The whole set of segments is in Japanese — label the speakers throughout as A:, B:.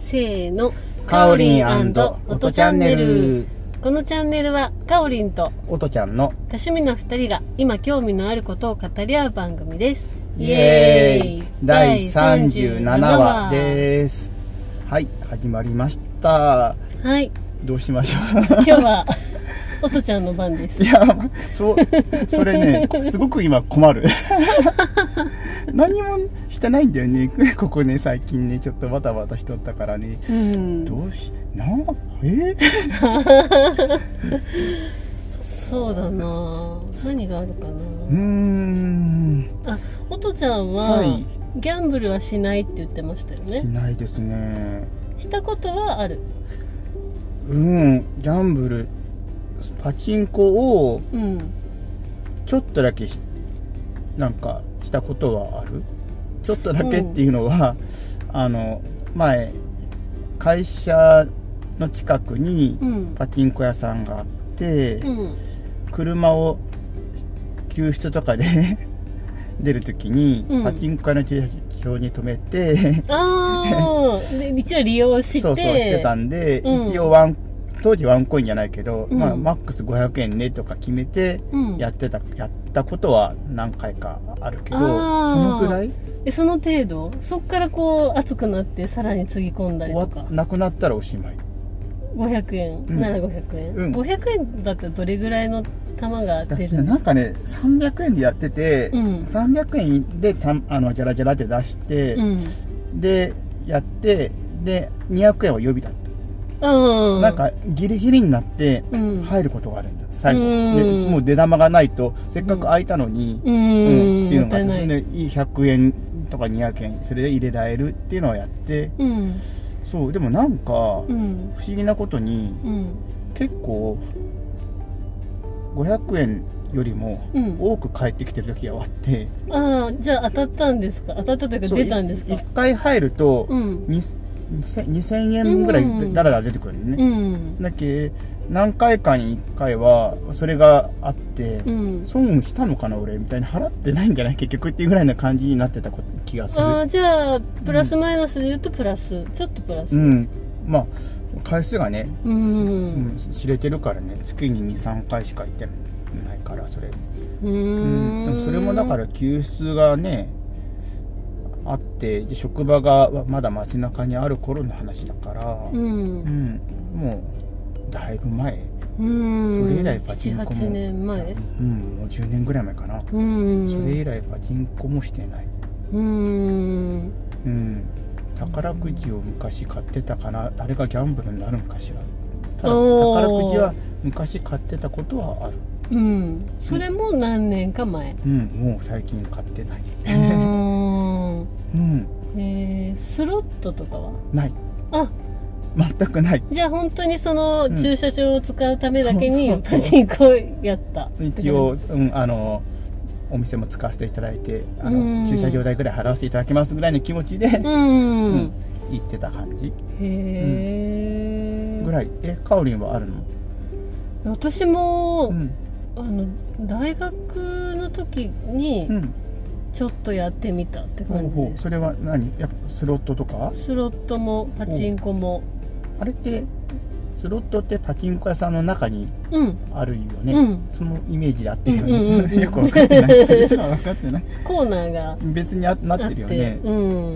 A: せーの。
B: カオリンオトチャンネル。
A: このチャンネルは、かおりんと
B: おとちゃんの
A: 多趣味の二人が今興味のあることを語り合う番組です。
B: イエーイ第37話ですはい始まりました
A: す。はい。
B: どうしましょ
A: 今日は、おとちゃんの番です
B: う い。やそうそれね すごく今困る 何もしてないんだよね ここね最近ねちょっとバタバタしとったからね
A: うん。
B: どうしなえ
A: そうだな何があるか
B: うーん
A: なあ、おとちゃんは、
B: はい
A: ギャンブルはしないって言ってましたよ
B: し
A: ね。
B: ないですね
A: したことはある。
B: うんギャンブルパチンコを
A: うん。
B: ちょっとだけしなんかしたことはあるちょっとだけっていうのは、あの前会社の近くに
A: うん。
B: パチンコ屋さんがあって、
A: うん。
B: 車を救出とかで 出るときに、
A: うん
B: パチンコ屋の駐車場に止めて、
A: あ あ、で一応利用して。
B: そうそうしてたんで、
A: うん
B: 一応ワン当時ワンコインじゃないけど、
A: うん
B: まあ、マックス500円ねとか決めて、
A: うん、
B: やってた、やったことは何回かあるけど、そ
A: あー
B: のぐらい
A: えその程度そっからこう熱くなってさらにつぎ込んだり
B: 終
A: と
B: わ
A: か
B: っなくなったらおしまい。
A: 500円、
B: うん
A: なら500円、
B: うん
A: 500円だったらどれぐらいの玉が
B: だ
A: 出るんで
B: なん
A: すか
B: かね、300円でやってて、
A: うん
B: 300円でたあのジャラジャラって出して、
A: うん
B: で、やって、で、200円は予備だっ
A: う
B: た。
A: ん
B: なんか、ギリギリになって、
A: うん
B: 入ることがあるんだ、最後。
A: うん
B: でもう出玉がないと、せっかく空いたのに、
A: う
B: うん
A: ん、
B: っていうのがあっ
A: も
B: て、
A: た
B: そ
A: い
B: れ
A: ない
B: で100円とか200円、それで入れられるっていうのをやって、
A: うん
B: そう、でもなんか、
A: うん
B: 不思議なことに
A: うん
B: 結構500円よりも
A: うん
B: 多く返ってきてる時があって、
A: ああじゃあ当たったんですか当たったというか
B: そう
A: 出たんですか
B: 1回入ると
A: うん
B: に2000 2000円分ぐらい
A: うん
B: だらだら出てくるの
A: う
B: ね、
A: ん
B: だけ何回かに1回はそれがあって、
A: うん
B: 損したのかな俺みたいな払ってないんじゃない結局っていうぐらいな感じになってたこと気がする
A: ああじゃあプラスマイナスで言うとプラス、ちょっとプラス
B: うんまあ回数がね、
A: うん
B: うん知れてるからね月に23回しか行ってないからそれ
A: う
B: うん
A: ん
B: でもそれもだから救出がねあってで職場がまだ街中にある頃の話だから、
A: う
B: うん
A: ん
B: もうだいぶ前、
A: そ
B: それ
A: れ
B: 以来パチンコも
A: 78年前
B: うん、もう10年ぐらい前かな、
A: うん
B: それ以来パチンコもしてない、
A: うん
B: うん、宝くじを昔買ってたかなあれがギャンブルになるのかしらただ
A: おー
B: 宝くじは昔買ってたことはある、
A: うんそれも何年か 前
B: うん、もう最近買ってない、
A: うん
B: うん、
A: えースロットとかは
B: ない
A: あ
B: 全くない
A: じゃあ本当にその
B: うん
A: 駐車場を使うためだけ
B: そ
A: に
B: うそうそ
A: パ
B: う
A: チンコをやった
B: 一応、うん、あのお店も使わせていただいてあ
A: うん
B: の駐車場代ぐらい払わせていただきますぐらいの気持ちで、
A: う
B: う
A: ん
B: ん行ってた感じ
A: へえ
B: ぐらいえかおりんはあるの、
A: 私も、
B: うん
A: あの大学の時に
B: うん、
A: ちょっとやってみたって
B: ほう
A: 感じ
B: ほ
A: で
B: う
A: す、
B: それは何やっぱスロットとか
A: スロットもパチンコも
B: あれってスロットってパチンコ屋さんの中に
A: うん
B: あるよね、
A: うん
B: そのイメージで合ってるよね、
A: うんうんうん
B: よく分かってないそれすら分かっ てない
A: コーナーが
B: 別にあな
A: あ
B: っ
A: ってて
B: るよね
A: うん、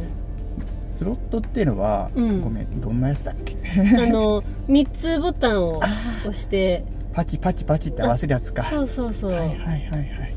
B: スロットっていうのは、
A: うん
B: ごめんどんなやつだっけ
A: あの3つボタンを押して
B: パチパチパチって合わせるやつか
A: そうそうそう、
B: はいはいはいはいはい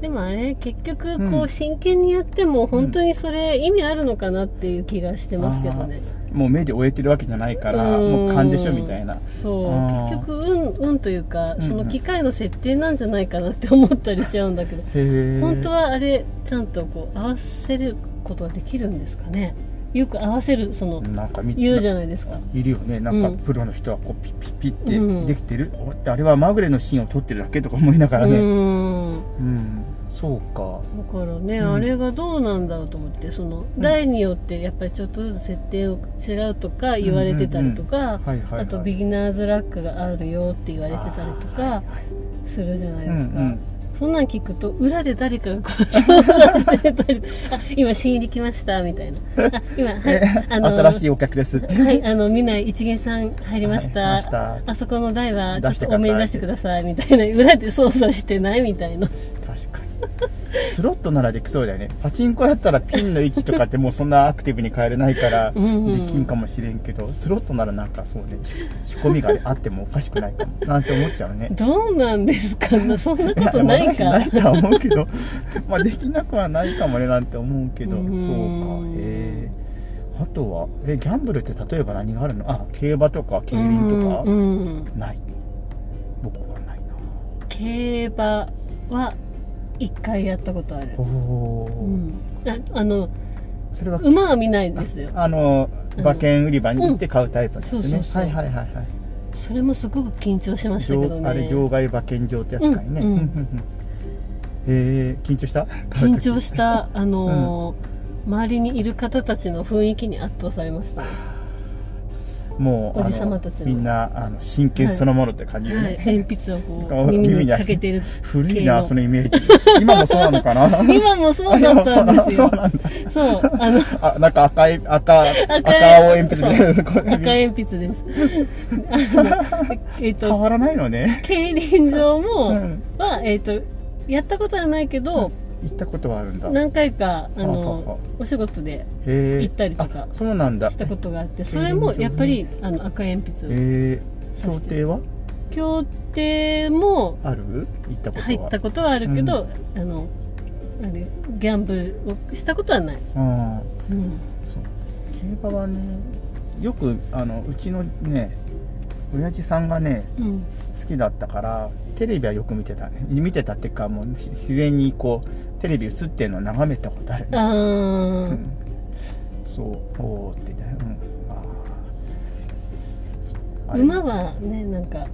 A: でもあれ結局
B: うん
A: こう真剣にやっても本当にそれ意味あるのかなっていう気がしてますけどね、
B: もう目で終えてるわけじゃないから
A: うん
B: もう勘でしょみたいな
A: そう
B: あ
A: 結
B: ー
A: 局運運というか
B: うんうん
A: その機械の設定なんじゃないかなって思ったりしちゃうんだけど、
B: へえ
A: 本当はあれちゃんとこう合わせることはできるんですかねよく合わせるその
B: なんか見
A: 言うじ
B: ゃ
A: ゃないですか
B: いるよねなんか
A: うん
B: プロの人はこうピッピッピ
A: う
B: ッ
A: ん
B: ってできてる、おってあれはまぐれのシーンを撮ってるだけとか思いながら
A: う
B: ね
A: ーん
B: うん、そうか
A: だからね、
B: うん
A: あれがどうなんだろうと思ってその
B: うん
A: 台によってやっぱりちょっとずつ設定を違うとか言われてたりとか、
B: はいはい、はい、
A: あとビギナーズラックがあるよって言われてたりとか
B: あーはいはい
A: するじゃない
B: うん
A: ですか、
B: うん
A: そんなん聞くと裏で誰かがこう 操作してたりあ今新入り来ましたみたいなあ今はいあの
B: 新しいお客ですって
A: はい、あの、見ない一元さん入りました。
B: はい入りました
A: あそこの台は、ちょ
B: 出
A: っ
B: して
A: と
B: く
A: 多
B: ださい
A: めに出してください、みたいな。裏で操作してないみたいな。
B: 確かにスロットならできそうだよねパチンコだったらピンの位置とかってもうそんなアクティブに変えれないからでき
A: うんうん
B: んかもしれんけどスロットならなんかそうねし仕込みがあってもおかしくないかもなんて思っちゃうね
A: どうなんですか なそんなこと
B: ま
A: な
B: あ
A: いか。
B: ないとは思うけど まあできなくはないかもねなんて思うけど
A: う
B: そ
A: ん
B: うかえーあとはえギャンブルって例えば何があるのあ競馬とか競輪とか、
A: うんうん
B: ない僕はないな
A: 競馬は、一回やったことある
B: お。お
A: う
B: ー、
A: んああの、
B: それは
A: 馬は見ないんですよ。
B: あの
A: うん
B: 馬券売り場に行って買うタイプのや
A: うんそ
B: つ
A: う
B: ね
A: そうそう
B: はいはいはいはい
A: それもすごく緊張しましたけど
B: 場あれ
A: ね。
B: 場外馬券場ってやつかいね
A: うんうん
B: へえ緊張した
A: 緊張した、あのー周りにいる方たちの雰囲気に圧倒されましたね。
B: もうあの
A: おじさまたちの
B: みんなあの真剣そのものって感じよね、
A: はい、鉛筆をこ
B: あ
A: う耳
B: 耳
A: に
B: に
A: か
B: 当て
A: けてる
B: 古い
A: 系
B: な
A: の
B: そのイメージ今もそうなのかな
A: 今もそうだったんですよ
B: あそうなんだ
A: そうあ の
B: あなんか赤い赤赤
A: 赤い
B: 青鉛筆みたいな とこ
A: 赤鉛筆ですあのえっ
B: 変
A: と
B: わらないのね
A: 競輪場も、
B: うん
A: はえっとやったことはないけど、
B: 行ったことはあるんだへ
A: 何回かあ
B: はは
A: のお仕事で
B: え
A: 行ったりとか
B: あそうなんだ
A: したことがあって
B: あ
A: それもやっぱりあの赤鉛筆を
B: えー、想定は
A: 協定も
B: ある行ったことは
A: 入ったことはあるけど、あのあれギャンブルをしたことはない、
B: うん
A: うん
B: そう競馬はねよくあのうちのね親父さんがね
A: うん、
B: 好きだったからテレビはよく見てたね見てたっていうかもう自自然にこうテレビ映ってるのを眺めたことあるね、
A: あ
B: う
A: ー、
B: ん、そうおおって言って、うん、あーそうあれ
A: 馬はねなんか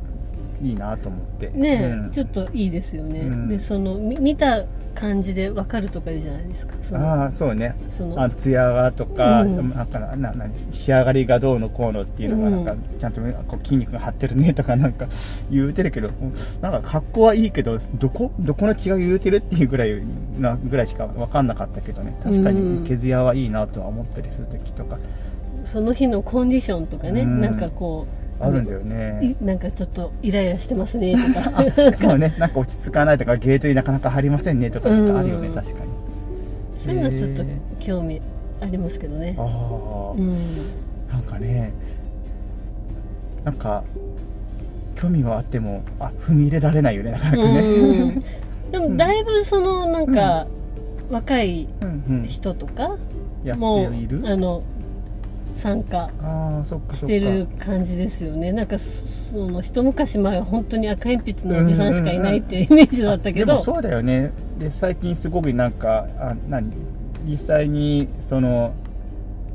B: いいなと思って
A: ね、
B: うん
A: ちょっといいですよね、
B: うん
A: でそのみ見た感じで分かるとかいうじゃないですかその
B: ああそうね
A: その
B: あの艶がとか、
A: うん
B: なんかなな何仕上がりがどうのこうのっていうのがなんか、
A: うん
B: ちゃんとこう筋肉が張ってるねとかなんか言うてるけどなんか格好はいいけどどこどこの血が言うてるっていうぐらいなぐらいしか分かんなかったけどね確か
A: うん
B: に毛艶はいいなとは思ったりする時とか
A: その日のコンディションとかね、
B: うん
A: なんかこう
B: あるんだよね
A: い。なんかちょっとイライラしてます ねとか
B: あそうね、なんか落ち着かないとかゲートになかなか入りませんねとかなんかあるよね、
A: うん
B: 確かに
A: そういうのはちょっと興味ありますけどね
B: あ、あ、
A: うん、
B: なんかねなんか興味はあってもあ踏み入れられないよねなかなかね
A: うんでもだいぶそのなんか、若い
B: うんうん
A: 人とか
B: や
A: も
B: っている
A: あの参加
B: ああそっかそ
A: し
B: ってか
A: る感じですよねなんかそその一昔前は本当に赤鉛筆のおじさんしかいないっていうイメージだったけ
B: で
A: ど、
B: もそうだよねで最近すごくなんかあ何実際にその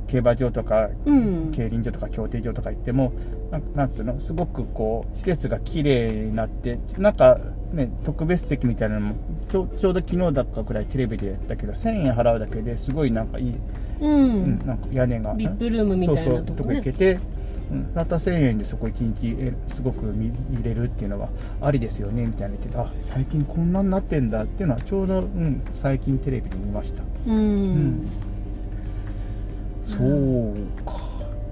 B: 競馬場とか
A: うん
B: 競輪場とか競艇場とか行ってもななんつうのすごくこう施設が綺麗になってなんかね特別席みたいなのもちょちょうど昨日だかくらいテレビでやったけど1000円払うだけですごいなんかいい、
A: うん
B: うん、なんか屋根が
A: リップルームみた
B: そ
A: いうな
B: そう
A: と
B: と
A: こ
B: か行
A: ね
B: けて、うん、たった1000円でそこ1日えすごく見入れるっていうのはありですよねみたいな言っててあ最近こんなになってんだっていうのはちょうど、うん、最近テレビで見ました
A: うん、
B: んそうか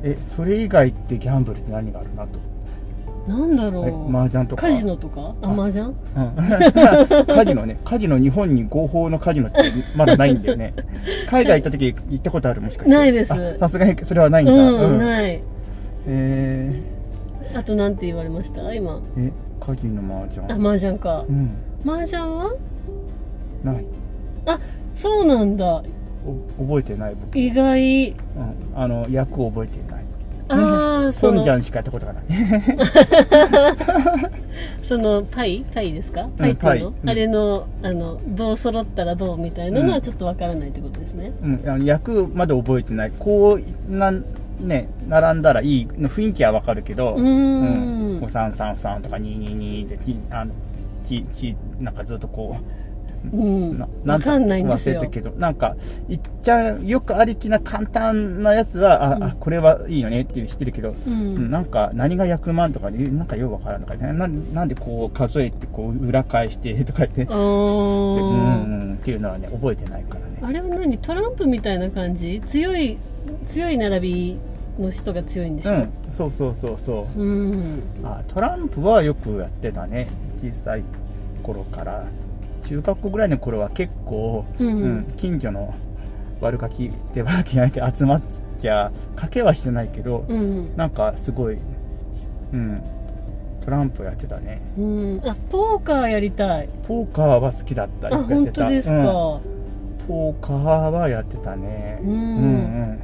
B: えそれ以外ってギャンブルって何があるなと
A: なんだろ
B: あれ
A: う
B: 麻雀とか
A: カジノとかあ
B: あ
A: 麻雀
B: うん カジノねカジノ日本に合法のカジノってまだないんだ よね海外行った時行ったことあるもしかして
A: ないです
B: あさすがにそれはないん
A: う
B: だ、
A: ん、
B: うん
A: ない
B: え
A: あとなんて言われました今
B: ーえカジノ麻雀
A: あ麻雀か
B: うん
A: 麻雀は
B: ない
A: そうなんだ
B: お覚えてない僕、
A: 意外
B: うん、あの役を覚えていない
A: ああそ
B: ソンジ
A: の
B: ャンしかやったことがない
A: そのパイパイですかパイっていうの、
B: パイうん
A: あれのあのどう揃ったらどうみたいなの
B: う
A: は
B: ん
A: ちょっとわからないってことですね、
B: うん、あの役まで覚えてないこうなんね並んだらいいの雰囲気はわかるけど
A: うーん
B: うん、こう333とか222でちあのちちなんかずっとこう
A: うん
B: な
A: わかんないんです
B: 忘れ
A: よ
B: たけどなんかいっちゃんよくありきな簡単なやつはあ、
A: うん
B: あこれはいいよねっていう知ってるけど、
A: う
B: うん
A: ん
B: なんか何が100万とかでなんかようわからんとかなななんでこう数えてこう裏返してとか言って
A: あ
B: う
A: ー
B: んうんっていうのはね覚えてないからね
A: あれは何トランプみたいな感じ強い強い並びの人が強いんでしょ
B: うんそうそうそうそう
A: うん
B: あトランプはよくやってたね小さい頃から中学校ぐらいの頃は結構、
A: うん
B: 近所の悪ガキ手悪きなんて集まっちゃ賭けはしてないけど、
A: うん、
B: なんかすごい、うん、トランプやってたね
A: うん、あポーカーやりたい
B: ポーカーは好きだった
A: あ
B: よくやっ
A: 本
B: てた
A: 当ですか、
B: うんポーカーはやってたね
A: うん
B: うん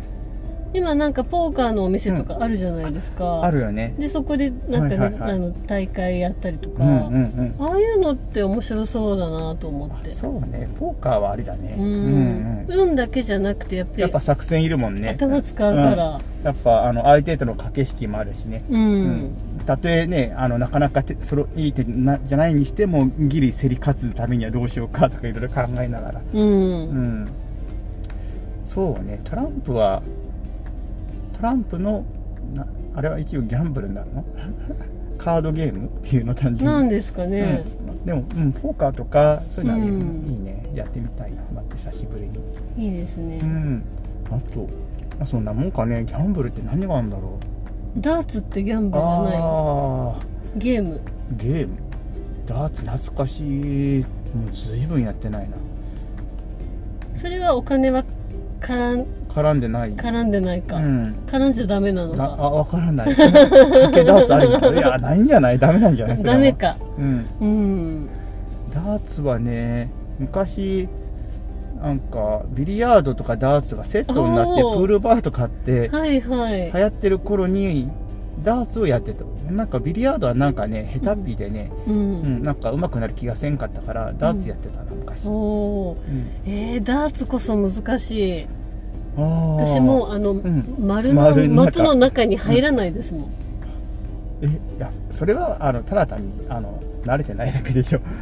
A: 今なんかポーカーのお店とかあるじゃないですか、
B: うんあるよね
A: でそこでなんかね、
B: はいはいはい
A: あの大会やったりと
B: う
A: か、
B: んうんうん
A: ああいうのって面白そうだなと思
B: あ
A: って
B: そうねポーカーはありだね
A: うん、
B: うんうん
A: 運だけじゃなくてやっぱり
B: やっぱ作戦いるもんね
A: 頭使うから
B: うんやっぱあの相手との駆け引きもあるしね
A: うん、
B: たとえねあのなかなか手そろいい手なじゃないにしてもギリ競り勝つためにはどうしようかとかいろいろ考えながら
A: うん
B: うんそうねトランプはトランプのなあれは一応ギャンブルになるの カードゲームっていうの単純に
A: なんですかね、
B: うん、でも、うん、ポーカーとかそういうのはいい,、
A: うん
B: ねやってみたいなまた久しぶりに
A: いいですね、
B: うんあとまあそんなもんかねギャンブルって何があるんだろ
A: ダーツってギャン
B: う
A: ブルじゃな
B: ああ
A: いゲーム
B: ゲームダーツ懐かしいもう随分やってないな
A: それはお金は絡ん
B: 絡んでない
A: 絡んでないか、
B: うん
A: 絡んじゃダメなの
B: だ
A: か
B: あ分からない賭けダーツあ りなのいやないんじゃないダメなんじゃないそれ
A: ダ
B: は
A: メか
B: うん
A: うん
B: ダーツはね昔なんかビリヤードとかダーツがセットになってプ
A: おー
B: ールバーとかって
A: はいはい、
B: 流行ってる頃にダーツをやってたなんかビリヤードはなんかね下手っぴでね、
A: う
B: うん
A: ん、
B: なんか上手くなる気がせんかったからダーツやってたな昔、
A: お
B: うん
A: おーえー、ダーツこそ難しい
B: あー
A: 私もあの、
B: ん
A: 丸の
B: 丸の中
A: 的の中に入らないですもん、
B: えいやそれはあのただ単にあの慣れてないだけでしょ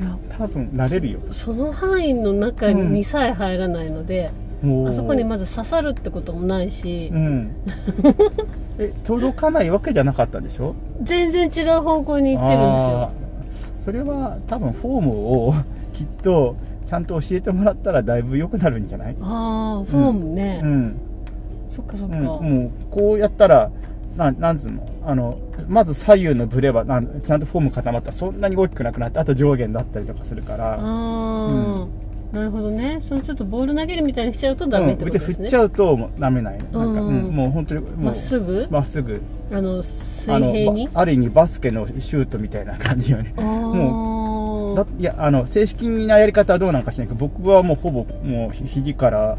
A: いや
B: 多分慣れるよ
A: その範囲の中にさえ入らないので、
B: もう
A: あそこにまず刺さるってこともないし
B: う、 んえ届かないわけじゃなかったでしょ
A: 全然違う方向に行ってるんですよ
B: あーそれは多分フォームを きっとちゃんと教えてもらったらだいぶ良くなるんじゃない
A: ああフォームね、
B: うん、
A: そっかそっ
B: う
A: か、
B: ん、もうこうやったらなんなんつうのあのまず左右のブレはなんちゃんとフォーム固まったらそんなに大きくなくなってあと上下になったりとかするから
A: ああ、なるほどねそのちょっとボール投げるみたいにしちゃうとダメって
B: うん
A: こ
B: 腕
A: とで
B: 振
A: す
B: っ
A: ね
B: ちゃうともうダメないなんか、
A: うん
B: うんもう本当にもう
A: まっすぐ
B: まっすぐ
A: あの水
B: あの
A: 平に
B: ばある意味バスケのシュートみたいな感じよね
A: ああ
B: だいやあの正式なやり方はどうなんかしないけど僕はもうほぼもうひ肘から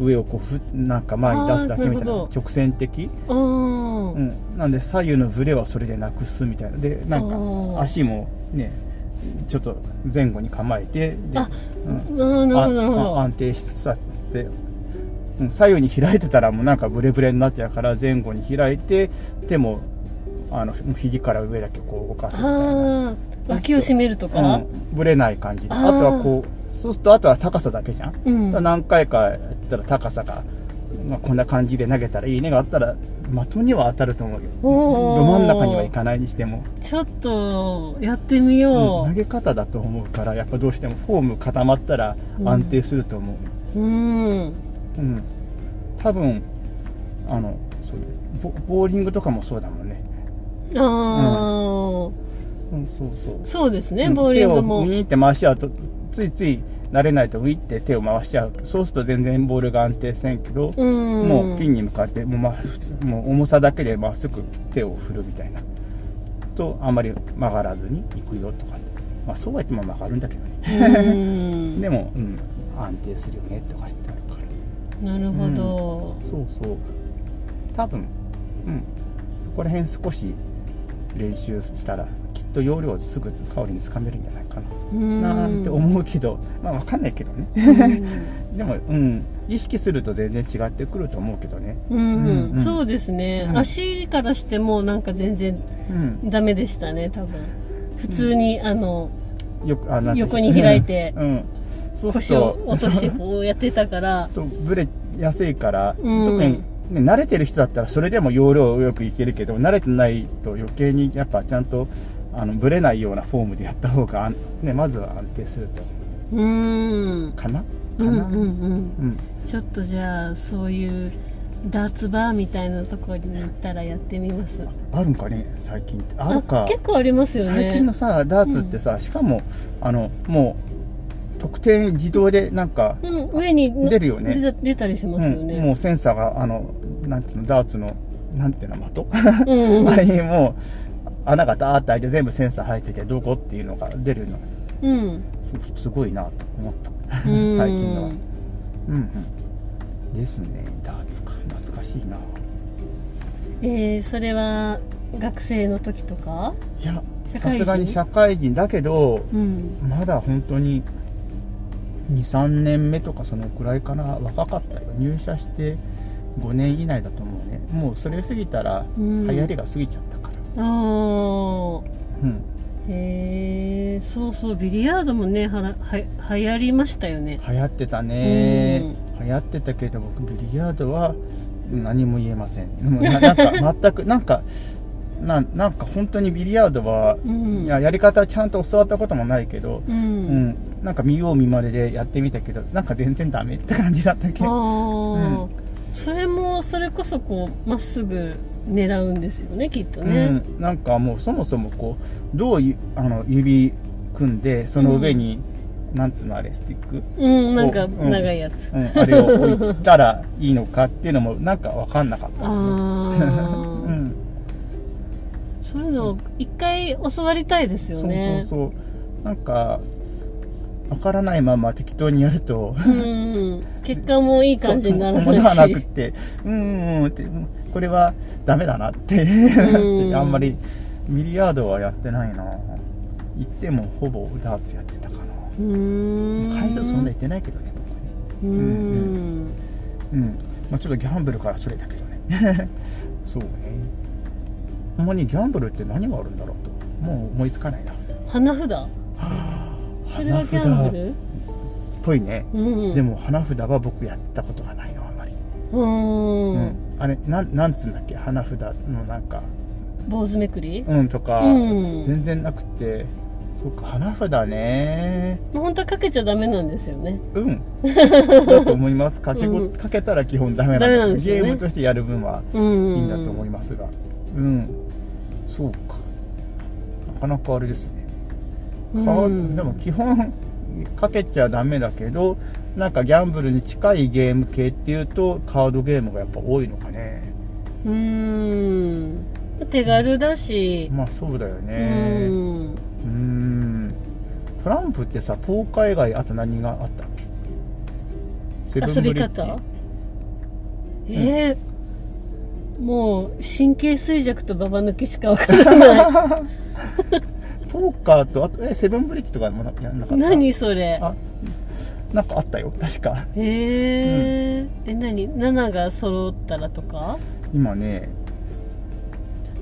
B: 上をこうふなんか前に出すだけみたい
A: あーなる
B: な
A: ほど
B: 直線的、
A: あー
B: うん、なんで左右のブレはそれでなくすみたいなでな
A: あ
B: ん
A: ー
B: か足もねちょっと前後に構えてで
A: あ
B: うん
A: あーなるほどなるほ
B: ああ
A: ど
B: 安定させて、うん、左右に開いてたらもうなんかブレブレになっちゃうから前後に開いて手もあのもう肘から上だけこう動かすみたいな。
A: ああ脇を締めると
B: う
A: か
B: ん、ぶれない感じで
A: あ
B: あ
A: ー
B: とはこうそうするとあとは高さだけじゃん、
A: うん、
B: 何回かやったら高さが、まあ、こんな感じで投げたらいいねがあったら的には当たると思うよ
A: おー
B: ど真ん中にはいかないにしても、
A: ちょっとやってみ
B: う
A: よ
B: ん投げ方だと思うからやっぱどうしてもフォーム固まったら
A: うん
B: 安定すると思う、
A: ううん、
B: うん多分あのそうボボーリングとかもそうだもんね、
A: ああ、
B: うん、そうそう
A: そうですね
B: うん
A: ボーリングも
B: 手をウィーンって回しちゃうとついつい慣れないとウィーンって手を回しちゃうそうすると全然ボールが安定せんけど、
A: うん
B: もうピンに向かってもう,、ま、普通もう重さだけでまっすぐ手を振るみたいなとあまり曲がらずにいくよとか、まあ、そうは言っても曲がるんだけどね
A: うん
B: でも、うん、安定するよねとか言ってあるから
A: なるほど、
B: そうそう多分うんそこら辺少し練習したらきっと要領すぐ香りにつかめるんじゃないかな
A: うん、
B: なんて思うけど、まあわかんないけどね でもうん意識すると全然違ってくると思うけどね
A: うんうん
B: うん
A: そうですね、
B: うん
A: 足からしてもなんか全然
B: うん
A: ダメでしたね多分普通に、あの
B: よくあなんて
A: 横に開いて
B: うん、そうす
A: 腰
B: る
A: を
B: と
A: 落として
B: そう
A: こうやってた から
B: ちょっとブレやすいから、
A: うん
B: 特に、ね、慣れてる人だったらそれでも容量よくいけるけど慣れてないと余計にやっぱちゃんとあのブレないようなフォームでやった方が、あんね、まずは安定すると
A: うーん
B: かな
A: う
B: か
A: んう
B: な、
A: んうん
B: うん
A: ちょっとじゃあそういうダーツバーみたいなところに行ったらやってみます
B: あるんかね最近ってあるか
A: 結構ありますよね
B: 最近のさダーツってさ、しかもあのもう得点自動でなんか、
A: うん、上にの
B: 出るよね
A: 出た出たりしますよ
B: うんも
A: ね、
B: うセンサーがあのなんていうのダーツのなんていうの的
A: うんうんうん
B: あれにもう穴がダーって開いて全部センサー入っててどこっていうのが出るの
A: うん
B: すすごいなと思った 最
A: うん
B: 近のはうんうんですねダーツか懐かしいな
A: えーそれは学生の時とか
B: いや
A: 社
B: さ
A: 会人
B: すがに社会人だけど
A: うん
B: まだ本当に23年目とかそのくらいかな若かったよ入社して5年以内だと思うねもうそれ過ぎたら
A: う
B: 流
A: ん
B: 行りが過ぎちゃったから
A: ああ
B: うん
A: へえそうそうビリヤードもねはらは流行りましたよね
B: 流行ってたね、流行ってたけど僕ビリヤードは何も言えませんもうな なんか全くなんかなんなんか本当にビリヤードは、
A: うん
B: いややり方ちゃんと教わったこともないけど、
A: う
B: うん
A: ん、
B: なんか見よう見まねでやってみたけどなんか全然ダメって感じだったけ
A: ああ
B: ど、
A: ー、それもそれこそこうまっすぐ狙うんですよねきっと
B: う
A: ね、
B: ん、なんかもうそもそもこうどうゆあの指組んでその上に、なんつうのあれスティック、
A: うんなんか
B: うん
A: 長いやつ、
B: うん、あれを置いたらいいのかっていうのもなんか分かんなかったですね、
A: ああ、
B: うん
A: そういうのを一回教わりたいですよね
B: そうそうそうなんかわからないまま適当にやると
A: うん結果もいい感じになら
B: そう伴わ
A: な
B: ないくっ
A: して
B: うんうんってうんこれはダメだなって
A: ん
B: あんまりミリヤードはやってないな行ってもほぼダーツやってたかな
A: うーん
B: 回数そんな行ってないけどね僕はね
A: うー
B: うんうんまあ、ちょっとギャンブルからそれだけどね そうねほんまにギャンブルって何があるんだろうともう思いつかないな
A: 花札それはギャンブ
B: 花札っ
A: ル
B: ぽいね
A: うん
B: でも花札は僕やったことがないのあんまり、
A: うー、
B: うんあれなんなんつうんだっけ花札のなんか
A: 坊主めくり
B: うんとか、
A: うん
B: 全然なくてそうか花札ね
A: 本当はかけちゃダメなんですよね
B: うん だと思いますかけご、
A: うん
B: かけたら基本ダメな
A: ダメな
B: の
A: んですよね
B: ゲームとしてやる分は
A: うん
B: いいんだと思いますがうん、そうかなかなかあれですねか
A: うん
B: でも基本かけちゃダメだけどなんかギャンブルに近いゲーム系っていうとカードゲームがやっぱ多いのかね
A: うーん手軽だし、
B: まあそうだよ
A: う
B: ねうん
A: ん
B: ーんトランプってさポーカー以外あと何があったっけセブ
A: 遊
B: ンブ
A: び
B: リッジ
A: 方えーもう神経衰弱とババ抜きしかわからない
B: ポーカーとあとえセブンブリッジとかもなやんなかった
A: 何それ
B: あなんかあったよ確か
A: えーえ何7が揃ったらとか
B: 今ね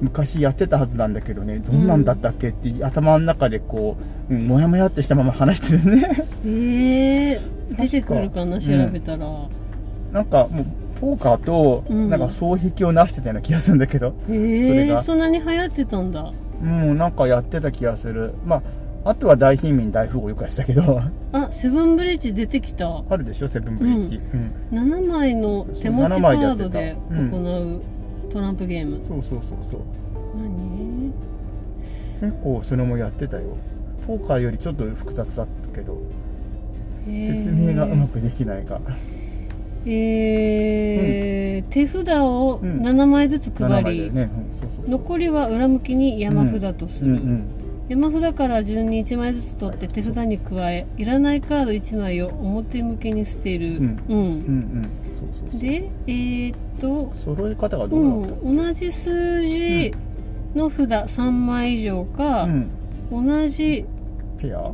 B: 昔やってたはずなんだけどねどんなんだったっけって、頭の中でこう、うん、もやもやってしたまま話してるね
A: えー、出てくるかな調
B: 確か
A: べたら、
B: なんかもうポーカーと
A: うん
B: なんか双璧をなしてたような気がするんだけど、
A: え
B: それ
A: ー、
B: が
A: そんなに流行ってたんだ
B: うんなんかやってた気がするまああとは大貧民大富豪よくやってたけど
A: あセブンブリッジ出てきた
B: あるでしょセブンブリッジ、うん
A: 7枚の手持ちカードで行うトランプゲーム、
B: そうそうそうそう
A: 何
B: 結構それもやってたよポーカーよりちょっと複雑だったけど説明がうまくできないが、
A: えー手札を7枚ずつ
B: 7
A: 配
B: 枚
A: り、
B: だよね、うん、そうそうそう
A: 残りは裏向きに山札とす
B: う
A: る、
B: んうん
A: 山札から順に1枚ずつ取って手札に加えいらないカード1枚を表向けに捨てる、
B: うんうんうんそうそう
A: う
B: そ
A: ん
B: う
A: でえーっと
B: 揃え方がど
A: う
B: うだった
A: ん、同じ数字の札3枚以上か、
B: うん、
A: 同じ
B: ペア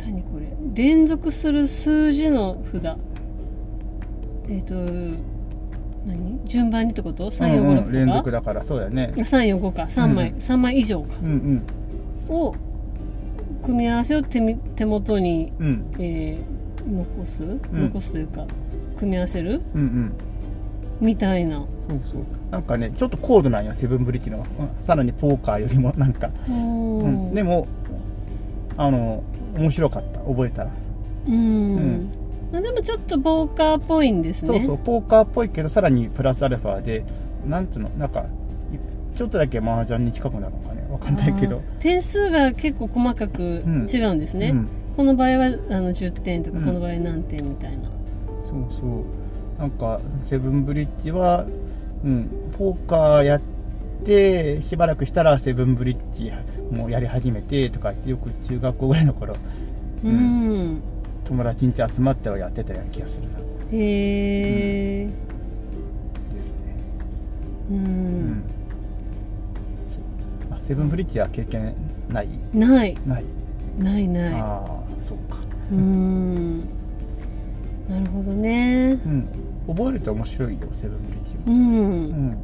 A: 何これ連続する数字の札えっ、と何順番にってこと
B: うんうん連
A: ?3456 と
B: 続
A: か、
B: だからそうだよね
A: 345か3枚、
B: うん
A: 3枚以上か
B: うん
A: を組み合わせを手み手元に、
B: うん
A: えー残す
B: ん
A: 残すというか、組み合わせる
B: うんうん
A: みたいな
B: そうそうなんかねちょっと高度なんよセブンブリッジのは、うんさらにポーカーよりもなんか、
A: うん
B: うんでもあの面白かった覚えたら、
A: うん、
B: うん
A: まあ、でもちょっとボーカーっぽいんですね
B: そうそうポーカーっぽいけどさらにプラスアルファでなんつうのなんかいちょっとだけ麻雀に近くなるのかねわかんないけ
A: あ
B: ど
A: ー点数が結構細かく違うんですね、
B: うん、
A: この場合はあの10点とか、
B: うん
A: この場合何点みたいな
B: そうそうなんかセブンブリッジは、うん、ポーカーやってしばらくしたらセブンブリッジもうやり始めてとかってよく中学校ぐらいの頃
A: う、
B: うん友達ん家集まってはやってたような気がするな
A: へえ
B: ですね
A: うん、
B: うんそうあセブンブリッジは経験ない
A: ない
B: ない、
A: ないない
B: ああそうか
A: うんなるほどね
B: うん覚えると面白いよセブンブリッジも
A: う
B: うんん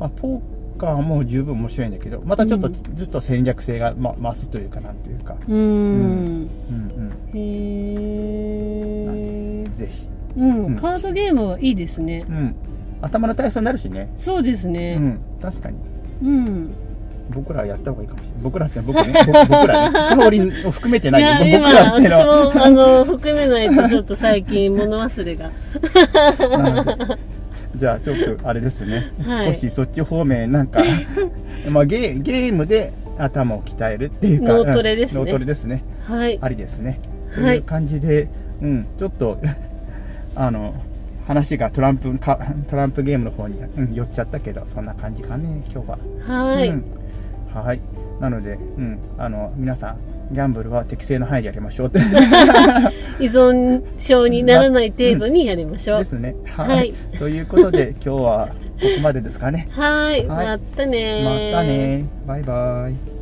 B: まあ、ポーカーも十分面白いんだけどまたちょっと、
A: うん
B: ずっと戦略性が、ま、増すというかなんというか、
A: うん、
B: うん
A: へえ
B: うん、ぜひ、
A: うん、
B: うん
A: カードゲームはいいですね
B: うん、頭の体操になるしね、
A: そうです
B: う
A: ね
B: ん、確かに
A: うん、
B: 僕らはやった方がいいかもしれない僕らって僕ね僕僕ら ね香りを含めてないよ僕らってのは
A: 私もあの含めないとちょっと最近物忘れが
B: なのでじゃあちょっとあれですね、
A: はい
B: 少しそっち方面な んかまあゲーゲームで頭を鍛えるっていうか
A: 脳トレですね
B: うん脳トレですね
A: はい
B: ありですね。
A: はい
B: という感じで、うん、ちょっと あの話がトランプかトランプゲームの方に、うん、寄っちゃったけどそんな感じかね今日は。
A: はい、
B: うん、はいなので、うん、あの皆さんギャンブルは適正な範囲でやりましょうって
A: 依存症にならない程度にやりましょう、
B: ですね。
A: はい
B: ということで今日はここまでですかね。
A: はい
B: はい
A: またね
B: ま
A: ー
B: たねバイバイ。